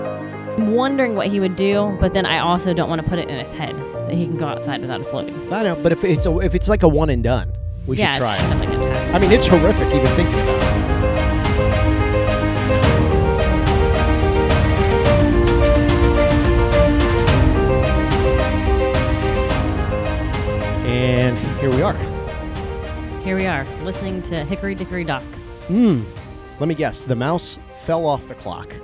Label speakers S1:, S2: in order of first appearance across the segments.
S1: I'm wondering what he would do, but then I also don't want to put it in his head that he can go outside without floating.
S2: I know, but if it's a, if it's like a one and done, we
S1: yeah,
S2: should try
S1: it's
S2: it.
S1: definitely a test.
S2: I mean, it's horrific even thinking about it. And here we are.
S1: Here we are, listening to Hickory Dickory Dock.
S2: Hmm. Let me guess. The mouse fell off the clock.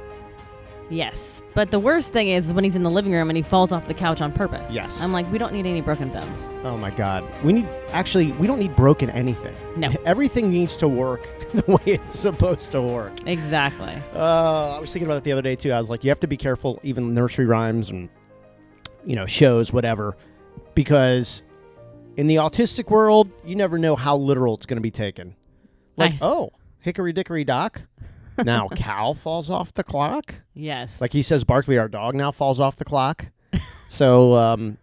S1: Yes. But the worst thing is when he's in the living room and he falls off the couch on purpose.
S2: Yes.
S1: I'm like, we don't need any broken bones.
S2: Oh my God. We need, actually, we don't need broken anything.
S1: No.
S2: Everything needs to work the way it's supposed to work.
S1: Exactly.
S2: Uh, I was thinking about it the other day too. I was like, you have to be careful, even nursery rhymes and you know shows, whatever, because in the autistic world, you never know how literal it's going to be taken. Like,
S1: I-
S2: oh, hickory dickory dock. Now cow falls off the clock.
S1: Yes.
S2: Like he says, Barkley, our dog now falls off the clock. So um,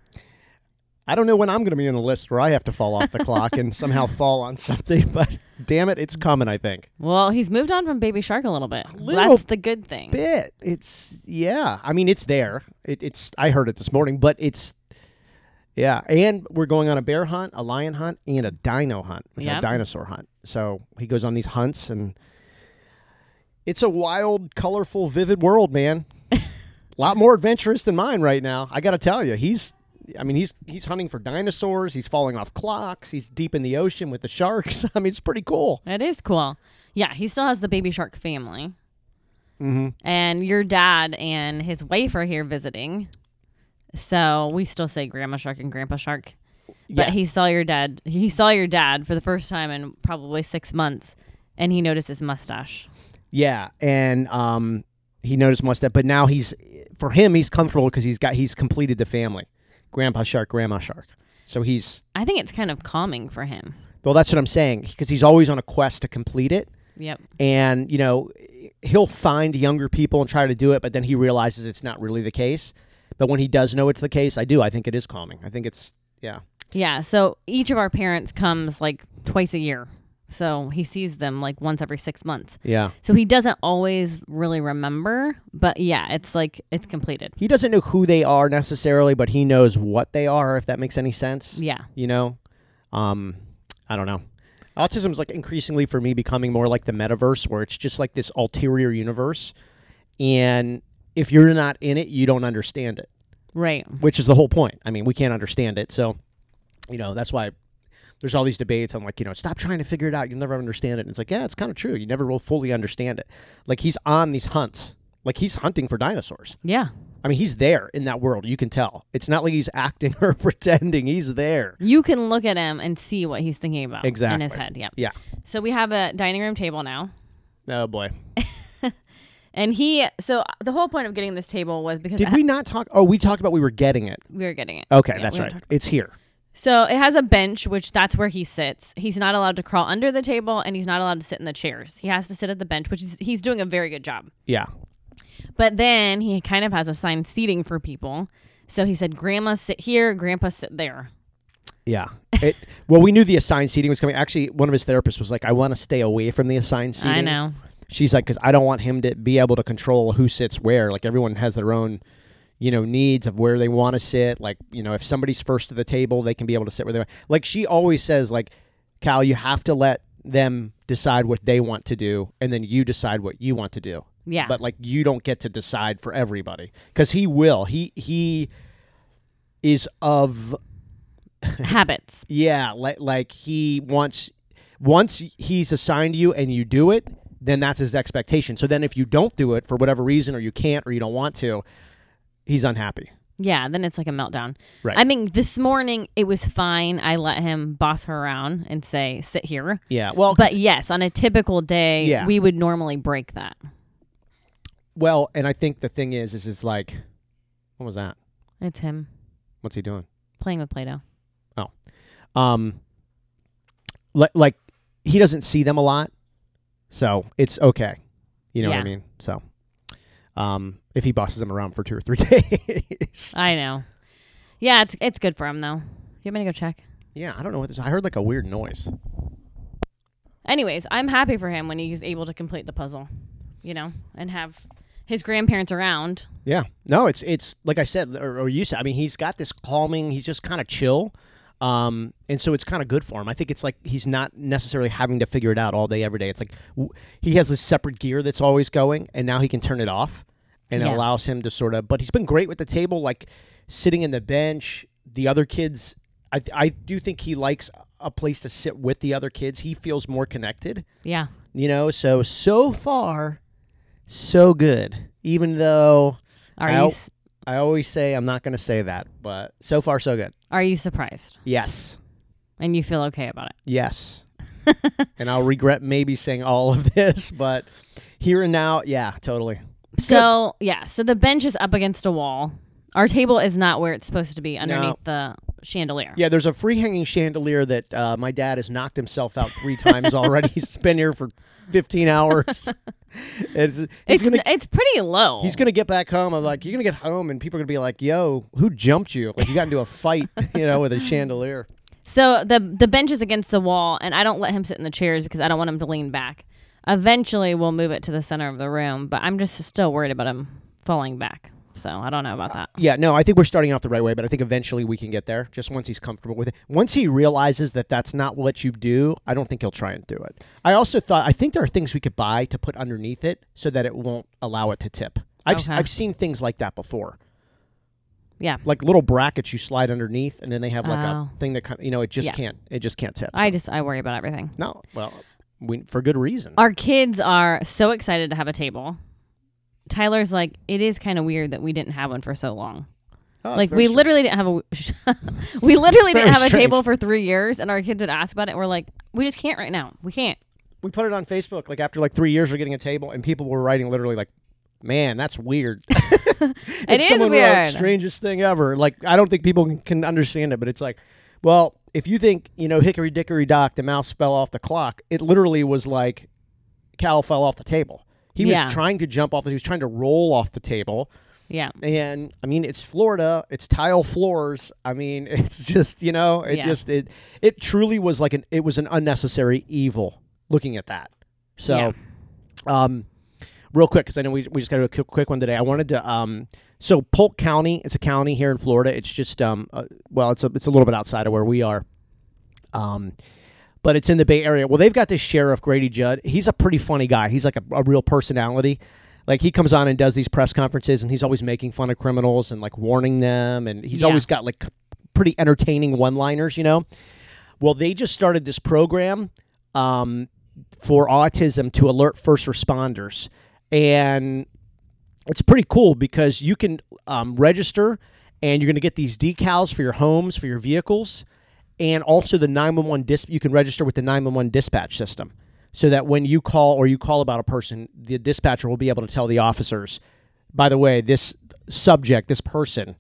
S2: I don't know when I'm going to be in the list where I have to fall off the clock and somehow fall on something, but damn it, it's coming. I think.
S1: well, he's moved on from Baby Shark a little bit.
S2: little
S1: That's the good thing.
S2: bit. It's yeah. I mean, it's there. It, it's I heard it this morning, but it's yeah. And we're going on a bear hunt, a lion hunt, and a dino hunt, like
S1: Yeah.
S2: a dinosaur hunt. So he goes on these hunts, and it's a wild, colorful, vivid world, man. a lot more adventurous than mine right now. I got to tell you, he's. I mean, he's he's hunting for dinosaurs. He's falling off clocks. He's deep in the ocean with the sharks. I mean, it's pretty cool.
S1: It is cool. Yeah, he still has the Baby Shark family.
S2: Mm-hmm.
S1: And your dad and his wife are here visiting. So we still say Grandma Shark and Grandpa Shark.
S2: Yeah.
S1: But he saw your dad. He saw your dad for the first time in probably six months, and he noticed his mustache.
S2: Yeah, and um, he noticed mustache, but now he's for him he's comfortable because he's got he's completed the family, Grandpa Shark, Grandma Shark. So he's
S1: I think it's kind of calming for him.
S2: well, that's what I'm saying because he's always on a quest to complete it,
S1: Yep.
S2: and you know he'll find younger people and try to do it, but then he realizes it's not really the case. But when he does know it's the case, I do. I think it is calming. I think it's yeah.
S1: Yeah. So each of our parents comes like twice a year. So he sees them like once every six months.
S2: Yeah.
S1: So he doesn't always really remember, but yeah, it's like it's completed.
S2: He doesn't know who they are necessarily, but he knows what they are, if that makes any sense.
S1: Yeah.
S2: you know um i don't know autism is like increasingly for me becoming more like the metaverse where it's just like this ulterior universe and if you're not in it you don't understand it
S1: Right.
S2: which is the whole point i mean we can't understand it so you know that's why there's all these debates on like you know stop trying to figure it out you'll never understand it and it's like yeah it's kind of true you never will fully understand it like he's on these hunts like he's hunting for dinosaurs
S1: Yeah.
S2: i mean he's there in that world you can tell it's not like he's acting or pretending he's there
S1: You can look at him and see what he's thinking about in his
S2: Exactly.
S1: head. Yep.
S2: yeah
S1: So we have a dining room table now.
S2: oh boy
S1: And he, so the whole point of getting this table was because
S2: Did we not talk? Oh, we talked about we Oh. were getting it.
S1: we were getting it.
S2: Okay,
S1: Yeah,
S2: that's
S1: we were
S2: right.
S1: talking-
S2: It's here.
S1: So it has a bench, which that's where he sits. He's not allowed to crawl under the table, and he's not allowed to sit in the chairs. He has to sit at the bench, which is he's doing a very good job.
S2: Yeah.
S1: But then he kind of has assigned seating for people. So he said, "Grandma sit here, Grandpa sit there."
S2: Yeah. It, well, we knew the assigned seating was coming. Actually, one of his therapists was like, I want to stay away from the assigned seating.
S1: I know.
S2: She's like, because I don't want him to be able to control who sits where. Like, everyone has their own, you know, needs of where they want to sit. Like, you know, if somebody's first at the table, they can be able to sit where they want. Like, she always says, like, Cal, you have to let them decide what they want to do, and then you decide what you want to do.
S1: Yeah.
S2: but like you don't get to decide for everybody because he will he he is of
S1: Habits.
S2: yeah like like he wants once he's assigned you and you do it then that's his expectation so then if you don't do it for whatever reason or you can't or you don't want to he's unhappy
S1: Yeah. Then it's like a meltdown.
S2: Right.
S1: I mean, this morning it was fine. I let him boss her around and say, "Sit here."
S2: yeah well Oh, 'cause-
S1: But yes, on a typical day,
S2: Yeah.
S1: we would normally break that.
S2: well and i think the thing is is is like what was that
S1: It's him
S2: what's he doing
S1: playing with Play-Doh.
S2: um like like he doesn't see them a lot so it's okay you know what
S1: Yeah.
S2: i mean so um if he bosses them around for two or three days
S1: I know. Yeah, it's it's good for him though. You want me to go check?
S2: yeah i don't know what this i heard like a weird noise
S1: Anyways, I'm happy for him when he's able to complete the puzzle, you know, and have his grandparents around.
S2: Yeah. No, it's it's like I said, or, or you said. I mean, he's got this calming. He's just kind of chill, um, and so it's kind of good for him. I think it's like he's not necessarily having to figure it out all day every day. It's like w- he has this separate gear that's always going, and now he can turn it off, and it
S1: Yeah.
S2: allows him to sort of. But he's been great with the table, like sitting in the bench. The other kids, I I do think he likes a place to sit with the other kids. He feels more connected
S1: Yeah.
S2: you know so so far so good even though
S1: Are
S2: I, al-
S1: you s-
S2: I always say i'm not going to say that but so far so good
S1: are you surprised?
S2: yes
S1: And you feel okay about it?
S2: yes and i'll regret maybe saying all of this but here and now yeah totally
S1: So yeah, so the bench is up against a wall. Our table is not where it's supposed to be underneath the chandelier.
S2: yeah there's a free hanging chandelier that uh, my dad has knocked himself out three times already he's been here for 15 hours it's, it's
S1: it's
S2: gonna
S1: n- it's pretty low.
S2: He's gonna get back home. I'm like, you're gonna get home, and people are gonna be like, "Yo, who jumped you? Like, you got into a fight, you know, with a chandelier."
S1: so the the bench is against the wall, and I don't let him sit in the chairs because I don't want him to lean back. Eventually, we'll move it to the center of the room, but I'm just still worried about him falling back. So I don't know about that.
S2: Yeah, no, I think we're starting off the right way, but I think eventually we can get there. Just once he's comfortable with it, once he realizes that that's not what you do, I don't think he'll try and do it. I also thought I think there are things we could buy to put underneath it so that it won't allow it to tip. I've s-
S1: Okay.
S2: I've seen things like that before,
S1: Yeah,
S2: like little brackets you slide underneath, and then they have like
S1: Oh.
S2: a thing that kind- you know it just
S1: Yeah.
S2: can't it just can't tip.
S1: I just I worry about everything.
S2: no, well, we, for good reason.
S1: Our kids are so excited to have a table. Tyler's like, it is kind of weird that we didn't have one for so long.
S2: Oh, it's
S1: like
S2: very
S1: we
S2: strange.
S1: literally didn't have a we literally
S2: Very
S1: didn't have a
S2: strange.
S1: table for three years, and our kids would ask about it. And we're like, we just can't right now. We can't.
S2: we put it on Facebook. Like after like three years, we're getting a table, and people were writing literally like, "Man, that's weird."
S1: It is
S2: someone Wrote,
S1: weird.
S2: Strangest thing ever. Like I don't think people can, can understand it, but it's like, well, if you think you know Hickory Dickory Dock, the mouse fell off the clock. It literally was like Cal fell off the table. He
S1: Yeah.
S2: was trying to jump off. the- He was trying to roll off the table.
S1: Yeah,
S2: And I mean, it's Florida. It's tile floors. I mean, it's just you know, it
S1: Yeah.
S2: just it it truly was like an it was an unnecessary evil. Looking at that, so
S1: Yeah.
S2: um, real quick because I know we we just got to do a quick, quick one today. I wanted to um, so Polk County. It's a county here in Florida. It's just um, uh, well, it's a it's a little bit outside of where we are. Um, but it's in the Bay Area. Well, they've got this sheriff, Grady Judd. He's a pretty funny guy. He's like a, a real personality. Like he comes on and does these press conferences, and he's always making fun of criminals and like warning them, and he's
S1: Yeah.
S2: always got like pretty entertaining one-liners, you know. Well, they just started this program um, for autism to alert first responders, and it's pretty cool because you can um, register and you're going to get these decals for your homes for your vehicles and also the 911 dis- you can register with the 911 dispatch system so that when you call or you call about a person the dispatcher will be able to tell the officers by the way this subject this person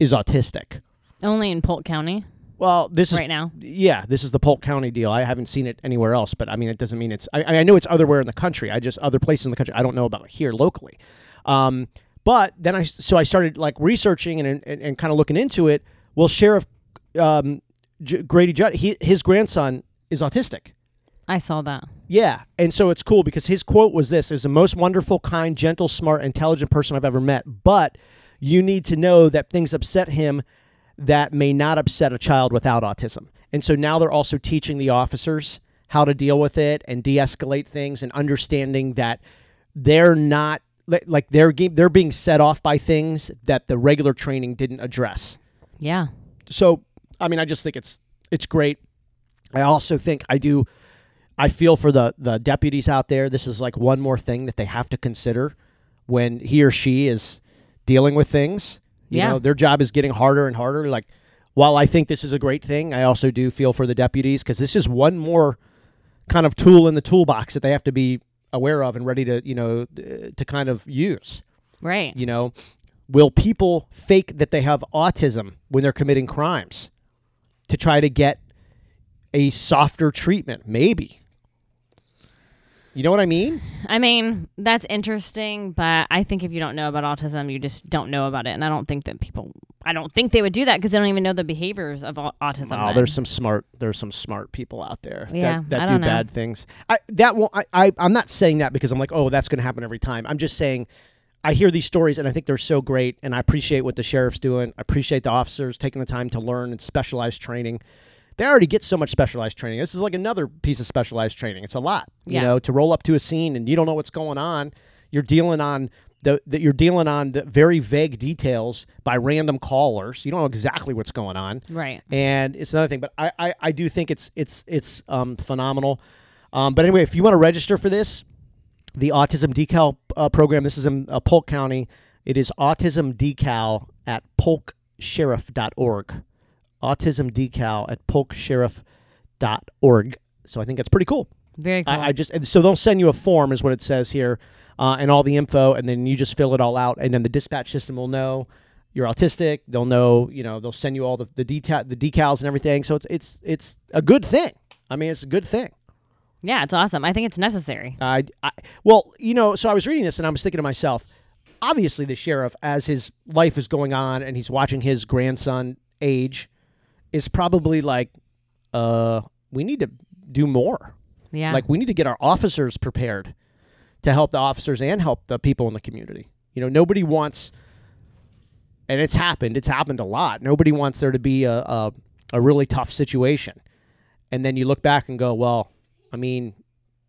S2: is autistic
S1: only in Polk County
S2: well this is
S1: right now.
S2: yeah, this is the Polk County deal. I haven't seen it anywhere else, but I mean, it doesn't mean it's. I, I know it's otherwhere in the country. I just other places in the country. I don't know about here locally. Um, but then I so I started like researching and and, and kind of looking into it. Well, Sheriff um, J- Grady Judd, he, his grandson is autistic.
S1: I saw that.
S2: Yeah, and so it's cool because his quote was this is the most wonderful, kind, gentle, smart, intelligent person I've ever met, but you need to know that things upset him that may not upset a child without autism. And so now they're also teaching the officers how to deal with it and de-escalate things and understanding that they're not li- like they're ge- they're being set off by things that the regular training didn't address
S1: Yeah,
S2: so I mean, I just think it's it's great. I also think I do. I feel for the the deputies out there. This is like one more thing that they have to consider when he or she is dealing with things. You
S1: Yeah.
S2: know, their job is getting harder and harder. Like, while I think this is a great thing, I also do feel for the deputies because this is one more kind of tool in the toolbox that they have to be aware of and ready to you know th- to kind of use
S1: right.
S2: you know will people fake that they have autism when they're committing crimes to try to get a softer treatment maybe you know what i mean
S1: I mean, that's interesting, but I think if you don't know about autism, you just don't know about it, and I don't think that people. I don't think they would do that because they don't even know the behaviors of au- autism.
S2: oh
S1: then.
S2: there's some smart there's some smart people out there
S1: Yeah,
S2: that, that
S1: I
S2: do
S1: don't know.
S2: bad things i that won't I, I i'm not saying that because i'm like oh that's going to happen every time i'm just saying I hear these stories and I think they're so great, and I appreciate what the sheriff's doing. I appreciate the officers taking the time to learn and specialized training. They already get so much specialized training. This is like another piece of specialized training. It's a lot, you
S1: Yeah.
S2: know, to roll up to a scene and you don't know what's going on. You're dealing on the that you're dealing on the very vague details by random callers. You don't know exactly what's going on
S1: Right.
S2: and it's another thing. But I, I, I do think it's it's it's um, phenomenal. Um, but anyway, if you want to register for this, the Autism Decal uh, program. This is in uh, Polk County. It is Autism Decal at polksheriff.org. Autism Decal at polksheriff.org. So I think that's pretty cool.
S1: Very cool.
S2: I, I just and so they'll send you a form is what it says here, uh, and all the info, and then you just fill it all out, and then the dispatch system will know you're autistic. They'll know you know they'll send you all the the, deta- the decals and everything. So it's it's it's a good thing. I mean, it's a good thing.
S1: yeah, it's awesome. I think it's necessary.
S2: I, I well, you know, so I was reading this and I was thinking to myself, obviously the sheriff, as his life is going on and he's watching his grandson age, is probably like, uh, we need to do more.
S1: Yeah.
S2: Like we need to get our officers prepared to help the officers and help the people in the community. You know, nobody wants, and it's happened. It's happened a lot. Nobody wants there to be a a, a really tough situation, and then you look back and go, well, I mean,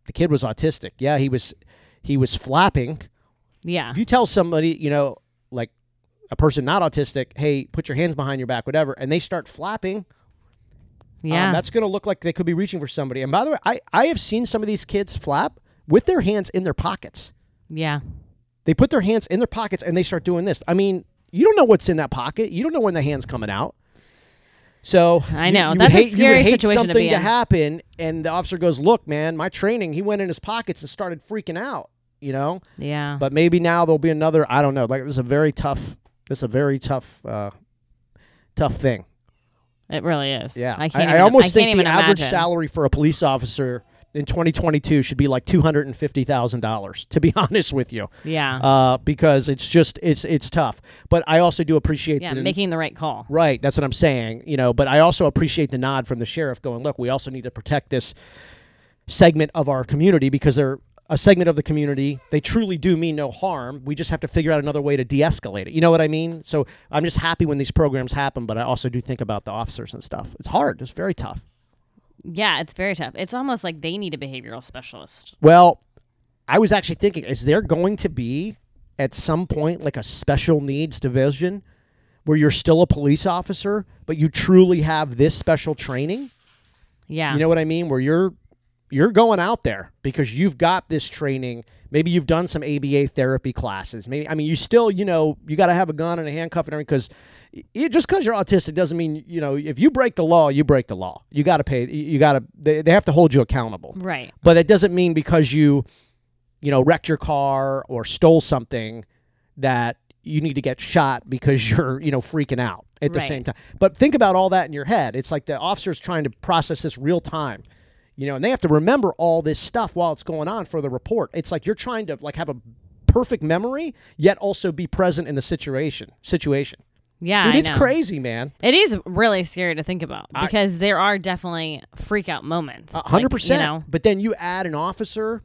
S2: the kid was autistic. Yeah, he was he was flapping.
S1: yeah.
S2: If you tell somebody, you know, like a person not autistic, hey, put your hands behind your back, whatever, and they start flapping,
S1: Yeah.
S2: um, that's going to look like they could be reaching for somebody. And by the way, I, I have seen some of these kids flap with their hands in their pockets.
S1: yeah.
S2: They put their hands in their pockets and they start doing this. I mean, you don't know what's in that pocket. You don't know when the hand's coming out. So
S1: I
S2: you-
S1: know.
S2: you, would
S1: That's a
S2: hate, you would
S1: scary
S2: hate
S1: situation to
S2: something
S1: be in.
S2: happen, and the officer goes, "Look, man, my training. He went in his pockets and started freaking out. You know,
S1: Yeah.
S2: but maybe now there'll be another. I don't know. Like it was a very tough. It's a very tough, uh, tough thing.
S1: it really is.
S2: Yeah,
S1: I can't.
S2: I,
S1: even,
S2: almost
S1: I can't
S2: think
S1: even
S2: the average
S1: imagine.
S2: salary for a police officer in 2022 should be like two hundred and fifty thousand dollars. To be honest with you,
S1: Yeah.
S2: uh, because it's just it's it's tough. But I also do appreciate
S1: yeah.
S2: the,
S1: Making the right call.
S2: right. That's what I'm saying. You know, but I also appreciate the nod from the sheriff going, look, we also need to protect this segment of our community because they're a segment of the community. They truly do mean no harm. We just have to figure out another way to de-escalate it. You know what I mean? So I'm just happy when these programs happen, but I also do think about the officers and stuff. It's hard. It's very tough.
S1: Yeah. It's very tough. It's almost like they need a behavioral specialist.
S2: Well, I was actually thinking, is there going to be at some point like a special needs division where you're still a police officer, but you truly have this special training?
S1: Yeah.
S2: You know what I mean? Where you're you're going out there because you've got this training. Maybe you've done some ABA therapy classes. Maybe I mean you still, you know, you got to have a gun and a handcuff and everything because it, just because you're autistic doesn't mean you know if you break the law, you break the law. You got to pay. You got to they, they have to hold you accountable
S1: right.
S2: but it doesn't mean because you you know wrecked your car or stole something that you need to get shot because you're you know freaking out at the
S1: Right.
S2: same time but think about all that in your head it's like the officer's trying to process this real time you know and they have to remember all this stuff while it's going on for the report it's like you're trying to like have a perfect memory yet also be present in the situation situation
S1: Yeah.
S2: Dude,
S1: I
S2: it's
S1: know.
S2: crazy man
S1: It is really scary to think about because there are definitely freak out moments.
S2: A 100%
S1: Like, you know,
S2: but then you add an officer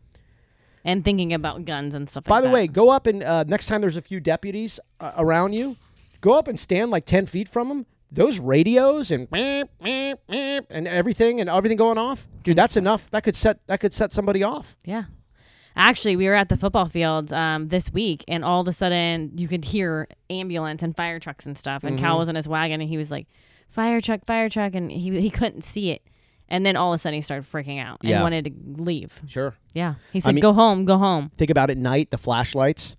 S1: and thinking about guns and stuff
S2: By
S1: like
S2: the
S1: that.
S2: way, go up and uh, next time there's a few deputies uh, around you, go up and stand like ten feet from them. Those radios and beep, beep, beep, and everything and everything going off, dude. That's enough. That could set that could set somebody off.
S1: Yeah. Actually, we were at the football fields um, this week, and all of a sudden, you could hear ambulance and fire trucks and stuff. And
S2: Mm-hmm.
S1: Cal was in his wagon, and he was like, "Fire truck, fire truck," and he he couldn't see it. And then all of a sudden, he started freaking out and
S2: Yeah.
S1: wanted to leave.
S2: Sure.
S1: Yeah, he said,
S2: mean-
S1: "Go home, go home."
S2: Think about at night the flashlights.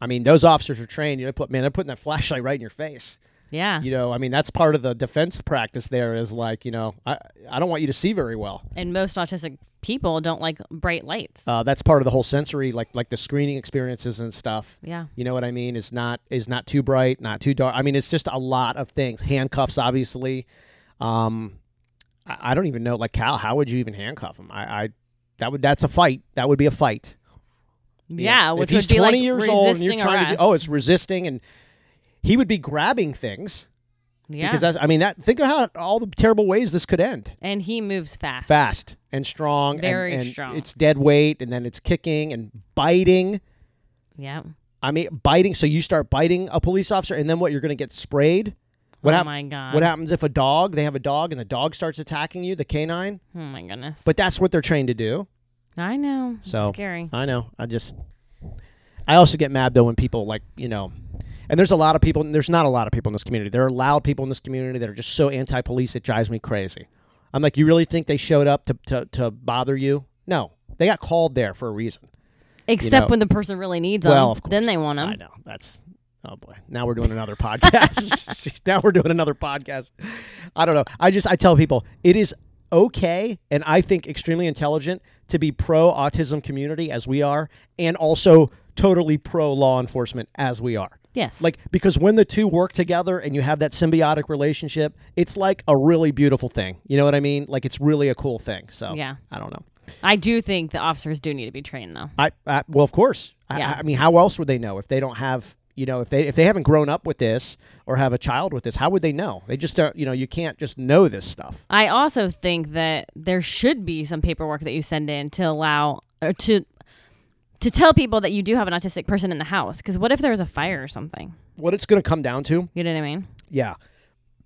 S2: I mean, those officers are trained. You know, put man, they're putting that flashlight right in your face.
S1: Yeah,
S2: You know, I mean, that's part of the defense practice. There is like, you know, I I don't want you to see very well.
S1: and most autistic people don't like bright lights.
S2: Uh, that's part of the whole sensory, like like the screening experiences and stuff.
S1: yeah,
S2: You know what I mean? Is not is not too bright, not too dark. I mean, it's just a lot of things. Handcuffs, obviously. Um, I, I don't even know. Like Cal, how would you even handcuff him? I, I that would that's a fight. That would be a fight. You know,
S1: yeah, which
S2: if he's
S1: would be
S2: twenty
S1: like
S2: years
S1: resisting
S2: old and you're trying to
S1: arrest.
S2: do, oh, it's resisting, and he would be grabbing things
S1: yeah,
S2: because that's, I mean that. Think of how all the terrible ways this could end.
S1: and he moves fast.
S2: Fast and strong, and-
S1: Very
S2: and
S1: strong.
S2: It's dead weight, and then it's kicking and biting.
S1: Yeah,
S2: I mean, biting. So you start biting a police officer, and then what? You're going to get sprayed. What
S1: oh
S2: hap-
S1: my god.
S2: What happens if a dog? They have a dog, and the dog starts attacking you, the canine.
S1: Oh my goodness.
S2: But that's what they're trained to do.
S1: I know. It's
S2: So-
S1: scary.
S2: I know. I just. I also get mad though when people like you know, and there's a lot of people. And there's not a lot of people in this community. There are loud people in this community that are just so anti-police it drives me crazy. I'm like, you really think they showed up to to, to bother you? No, they got called there for a reason.
S1: Except
S2: know-
S1: when the person really needs them.
S2: Well, of course.
S1: Then they want
S2: I
S1: them.
S2: know. That's oh boy. Now we're doing another podcast. now we're doing another podcast. I don't know. I just I tell people it is okay and I think extremely intelligent to be pro autism community as we are and also totally pro law enforcement as we are.
S1: Yes.
S2: Like because when the two work together and you have that symbiotic relationship, it's like a really beautiful thing. You know what I mean? Like it's really a cool thing. So
S1: Yeah.
S2: I don't know.
S1: I do think the officers do need to be trained though.
S2: I, I well, of course. I-
S1: Yeah.
S2: I, I mean, how else would they know if they don't have you know if they if they haven't grown up with this or have a child with this? How would they know? They just don't. You know, you can't just know this stuff.
S1: I also think that there should be some paperwork that you send in to allow or to to tell people that you do have an autistic person in the house. Because what if there was a fire or something?
S2: What it's going to come down to,
S1: You know what I mean?
S2: yeah.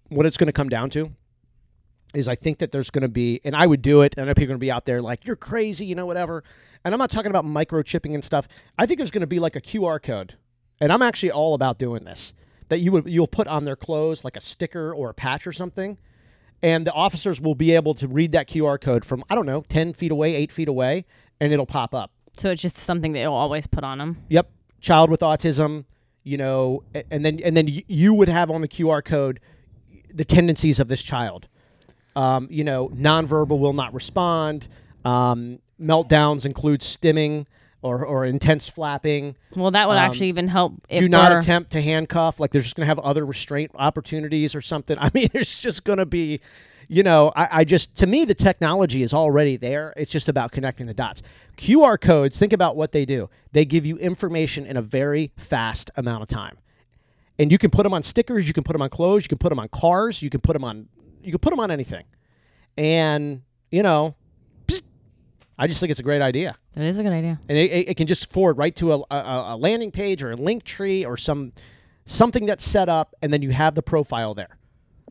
S2: What it's going to come down to is I think that there's going to be, and I would do it. And I know people are going to be out there like you're crazy, you know, whatever. And I'm not talking about microchipping and stuff. I think there's going to be like a QR code, and I'm actually all about doing this. That you would you'll put on their clothes like a sticker or a patch or something. and the officers will be able to read that QR code from I don't know, ten feet away, eight feet away, and it'll pop up.
S1: So it's just something that you'll always put on them.
S2: Yep, child with autism, you know, a- and then and then y- you would have on the QR code the tendencies of this child. Um, you know, nonverbal will not respond. Um, meltdowns include stimming or, or intense flapping.
S1: Well, that would actually even help. If
S2: Um, Do not
S1: we're-
S2: attempt to handcuff. Like they're just going to have other restraint opportunities or something. I mean, it's just going to be, you know, I, I just to me the technology is already there. It's just about connecting the dots. QR codes. Think about what they do. They give you information in a very fast amount of time, and you can put them on stickers. You can put them on clothes. You can put them on cars. You can put them on. You can put them on anything, and you know, I just think it's a great idea
S1: That is a good idea.
S2: and it, it, it can just forward right to a, a, a landing page or a link tree or some something that's set up and then you have the profile there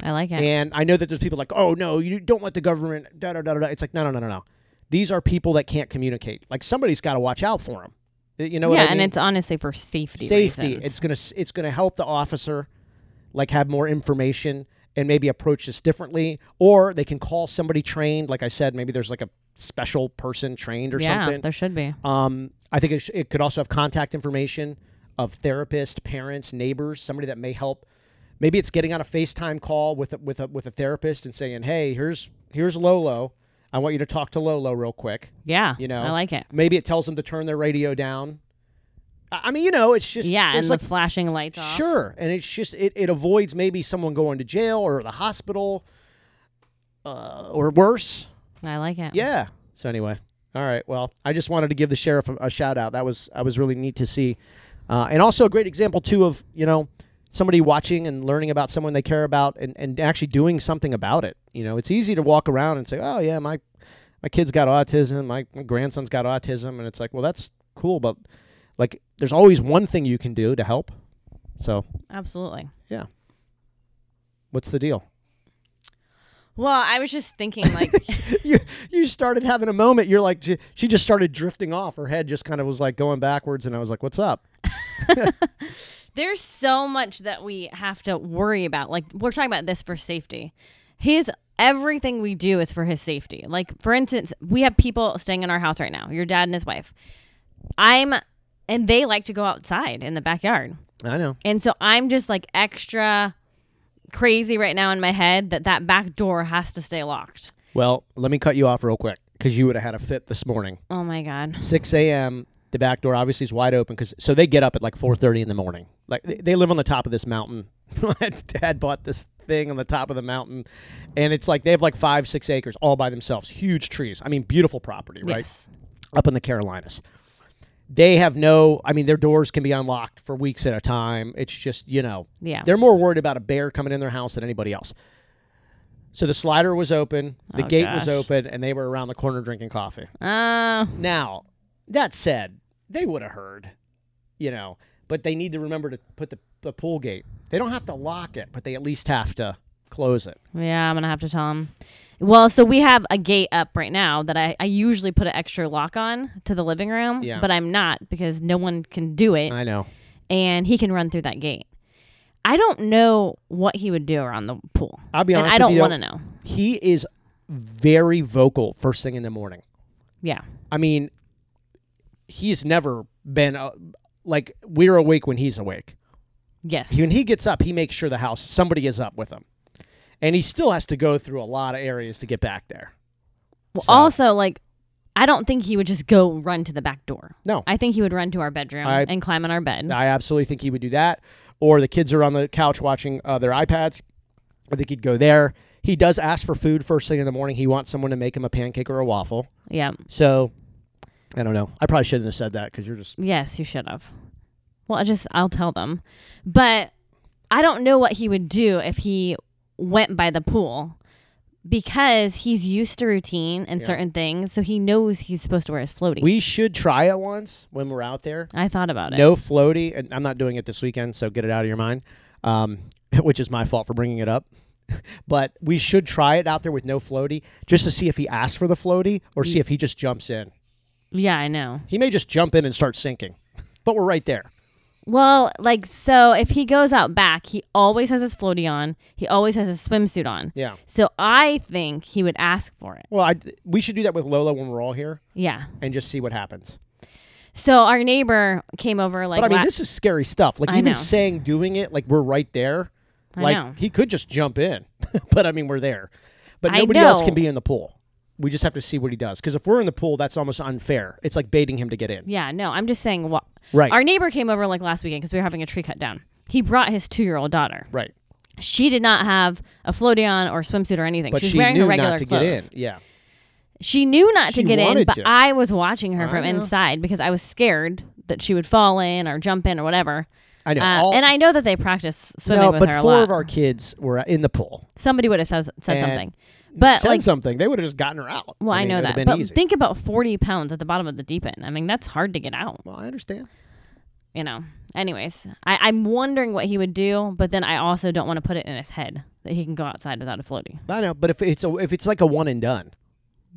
S1: I like it.
S2: and i know that there's people like oh no you don't let the government da da da da da." it's like no no no no no these are people that can't communicate like somebody's got to watch out for them you know what
S1: yeah,
S2: I mean?
S1: and it's honestly for safety.
S2: safety
S1: reasons.
S2: it's gonna s- it's gonna help the officer like have more information and maybe approach this differently or they can call somebody trained like i said maybe there's like a special person trained or
S1: yeah,
S2: something
S1: there should be.
S2: um, I think it, sh- it could also have contact information of therapists, parents, neighbors, somebody that may help. Maybe it's getting on a FaceTime call with a, with a, with a therapist and saying, "Hey, here's here's Lolo. I want you to talk to Lolo real quick."
S1: Yeah,
S2: You know,
S1: I like it.
S2: Maybe it tells them to turn their radio down. I I mean, you know, it's just
S1: Yeah,
S2: there's
S1: and
S2: like
S1: the flashing lights off.
S2: Sure. And it's just, it, it avoids maybe someone going to jail or the hospital uh, or worse.
S1: I like it.
S2: Yeah. So anyway, all right. Well, I just wanted to give the sheriff a, a shout out. That was I was really neat to see, uh, and also a great example too of you know somebody watching and learning about someone they care about and, and actually doing something about it. You know, it's easy to walk around and say, oh yeah, my my kid's got autism, my, my grandson's got autism, and it's like, well, that's cool, but like, there's always one thing you can do to help. So
S1: absolutely.
S2: what's the deal?
S1: Well, I was just thinking, like,
S2: you you started having a moment. You're like j- she just started drifting off. Her head just kind of was like going backwards, and I was like, "What's up?"
S1: there's so much that we have to worry about. Like we're talking about this for safety. His everything we do is for his safety. Like for instance, we have people staying in our house right now. Your dad and his wife. I'm and they like to go outside in the backyard.
S2: I know.
S1: And so I'm just like extra crazy right now in my head that that back door has to stay locked.
S2: Well, let me cut you off real quick because you would have had a fit this morning.
S1: Oh my god.
S2: 6 a.m. The back door obviously is wide open because so they get up at like 4:30 in the morning. Like they, they live on the top of this mountain. My dad bought this thing on the top of the mountain, and it's like they have like five, six acres all by themselves. Huge trees. I mean, beautiful property, right?
S1: Yes.
S2: up in the Carolinas. They have no, I mean, their doors can be unlocked for weeks at a time. It's just, you know,
S1: Yeah.
S2: they're more worried about a bear coming in their house than anybody else. So the slider was open, the
S1: Oh,
S2: gate was
S1: gosh.
S2: open, and they were around the corner drinking coffee.
S1: Uh,
S2: Now, that said, they would have heard, you know, but they need to remember to put the, the pool gate. They don't have to lock it, but they at least have to close it.
S1: Yeah, I'm gonna have to tell him. Well, so we have a gate up right now that I, I usually put an extra lock on to the living room,
S2: Yeah.
S1: but I'm not because no one can do it,
S2: I know.
S1: and he can run through that gate. I don't know what he would do around the pool.
S2: I'll be
S1: and
S2: honest
S1: I don't
S2: with you, though.
S1: want to know.
S2: He is very vocal first thing in the morning.
S1: Yeah,
S2: I mean, he's never been uh, like we're awake when he's awake.
S1: yes,
S2: He- When he gets up, he makes sure the house somebody is up with him, and he still has to go through a lot of areas to get back there.
S1: Well,
S2: So-
S1: Also, like, I don't think he would just go run to the back door.
S2: No.
S1: I think he would run to our bedroom
S2: I-
S1: and climb on our bed.
S2: I absolutely think he would do that. Or the kids are on the couch watching uh, their iPads. I think he'd go there. He does ask for food first thing in the morning. He wants someone to make him a pancake or a waffle.
S1: yeah.
S2: So I don't know. I probably shouldn't have said that because you're just
S1: Yes, you should have. Well, I just I'll tell them, but I don't know what he would do if he went by the pool because he's used to routine and
S2: Yeah.
S1: certain things, so he knows he's supposed to wear his floaty.
S2: We should try it once when we're out there.
S1: I thought about it.
S2: No floaty, and I'm not doing it this weekend, so get it out of your mind. Um, which is my fault for bringing it up. but we should try it out there with no floaty, just to see if he asks for the floaty or see if he just jumps in.
S1: Yeah, I know.
S2: He may just jump in and start sinking, but we're right there.
S1: Well, like so, if he goes out back, he always has his floaty on. He always has his swimsuit on.
S2: Yeah.
S1: So I think he would ask for it.
S2: Well, I, we should do that with Lola when we're all here
S1: Yeah.
S2: and just see what happens.
S1: So our neighbor came over like
S2: But I mean,
S1: la-
S2: this is scary stuff. Like
S1: I
S2: even
S1: know.
S2: saying doing it, like we're right there.
S1: I
S2: Like
S1: know.
S2: he could just jump in, but I mean we're there. But
S1: I
S2: nobody else
S1: know.
S2: can be in the pool. We just have to see what he does. Because if we're in the pool, that's almost unfair. It's like baiting him to get in.
S1: Yeah, no, I'm just saying what
S2: Right.
S1: our neighbor came over like last weekend because we were having a tree cut down. He brought his 2-year-old daughter.
S2: Right.
S1: She did not have a floaty on or swimsuit or anything.
S2: But
S1: she was
S2: she
S1: wearing
S2: knew
S1: her regular
S2: not to
S1: clothes.
S2: get in. Yeah.
S1: She knew not
S2: She
S1: to get in,
S2: wanted
S1: but
S2: to.
S1: I was watching her
S2: I
S1: from
S2: know.
S1: inside because I was scared that she would fall in or jump in or whatever.
S2: I know.
S1: Uh,
S2: all,
S1: and I know that they practice swimming
S2: no,
S1: with
S2: but
S1: her a
S2: four
S1: lot.
S2: of our kids were in the pool.
S1: Somebody would have says, said
S2: And
S1: something, but
S2: said
S1: like
S2: something. They would have just gotten her out.
S1: Well, I,
S2: mean, it
S1: know
S2: would've
S1: that,
S2: been
S1: but
S2: easy.
S1: think about forty pounds at the bottom of the deep end. I mean, that's hard to get out.
S2: well, I understand.
S1: You know. Anyways, I, I'm wondering what he would do, but then I also don't want to put it in his head that he can go outside without a floaty.
S2: I know. But if it's a, if it's like a one and done,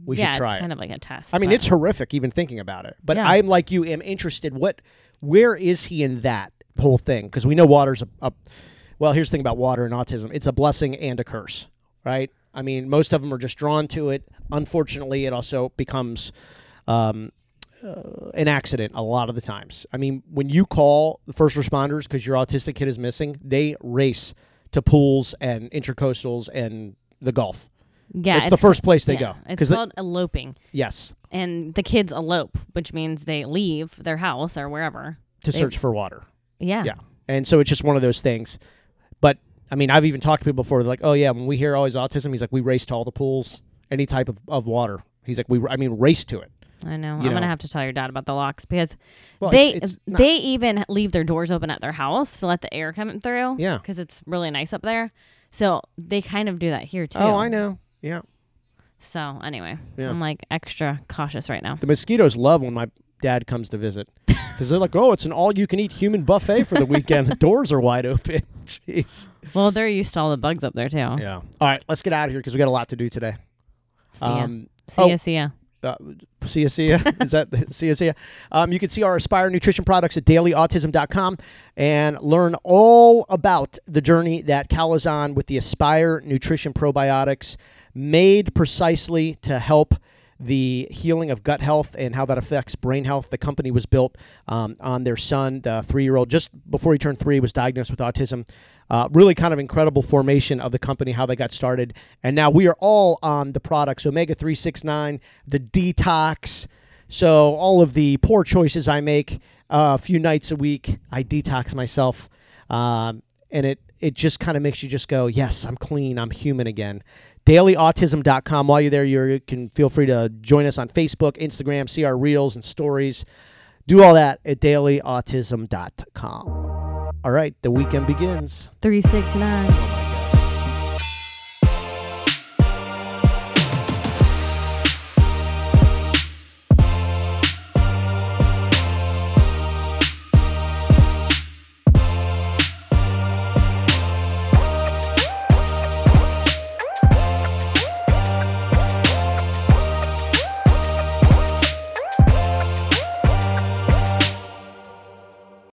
S2: we
S1: yeah,
S2: should try
S1: it's
S2: it.
S1: kind of like a test.
S2: I mean,
S1: but-
S2: it's horrific even thinking about it. But
S1: Yeah.
S2: I'm like you, am interested. What, where is he in that whole thing? Because we know water's a, a, well. Here's the thing about water and autism: it's a blessing and a curse, right? I mean, most of them are just drawn to it. Unfortunately, it also becomes um, uh, an accident a lot of the times. I mean, when you call the first responders because your autistic kid is missing, they race to pools and intercoastals and the Gulf.
S1: yeah,
S2: it's the first place they
S1: yeah,
S2: go
S1: It's
S2: because
S1: called eloping,
S2: yes,
S1: and the kids elope, which means they leave their house or wherever.
S2: to
S1: They-
S2: search for water.
S1: Yeah,
S2: Yeah. And so it's just one of those things. But I mean, I've even talked to people before. They're like, oh, yeah, when we hear all his autism, he's like, we race to all the pools, any type of, of water. He's like, we, I mean, race to it.
S1: I know. I'm
S2: You
S1: gonna
S2: know.
S1: have to tell your dad about the locks because
S2: Well,
S1: they
S2: it's- it's not-
S1: they even leave their doors open at their house to let the air come through.
S2: Yeah.
S1: because it's really nice up there. So they kind of do that here too.
S2: Oh, I know. Yeah.
S1: So anyway,
S2: Yeah.
S1: I'm like extra cautious right now.
S2: The mosquitoes love when my dad comes to visit because they're like, oh, it's an all you can eat human buffet for the weekend. the doors are wide open. Jeez.
S1: Well, they're used to all the bugs up there too.
S2: Yeah. All right, let's get out of here because we got a lot to do today.
S1: See ya.
S2: Um,
S1: see
S2: oh.
S1: ya, see ya.
S2: uh, see ya, see ya. Is that the- see ya, see ya? Um, you can see our Aspire Nutrition products at dailyautism.com and learn all about the journey that Cal is on with the Aspire Nutrition Probiotics, made precisely to help the healing of gut health and how that affects brain health. The company was built um, on their son, the three-year-old, just before he turned three, was diagnosed with autism. Uh, really kind of incredible formation of the company, how they got started. And now we are all on the products Omega 369, the detox. So, all of the poor choices I make uh, a few nights a week, I detox myself. Um, and it, it just kind of makes you just go, yes, I'm clean, I'm human again. DailyAutism.com. While you're there, you're, you can feel free to join us on Facebook, Instagram, see our reels and stories. Do all that at dailyautism.com. All right, the weekend begins. Oh
S1: Three six nine.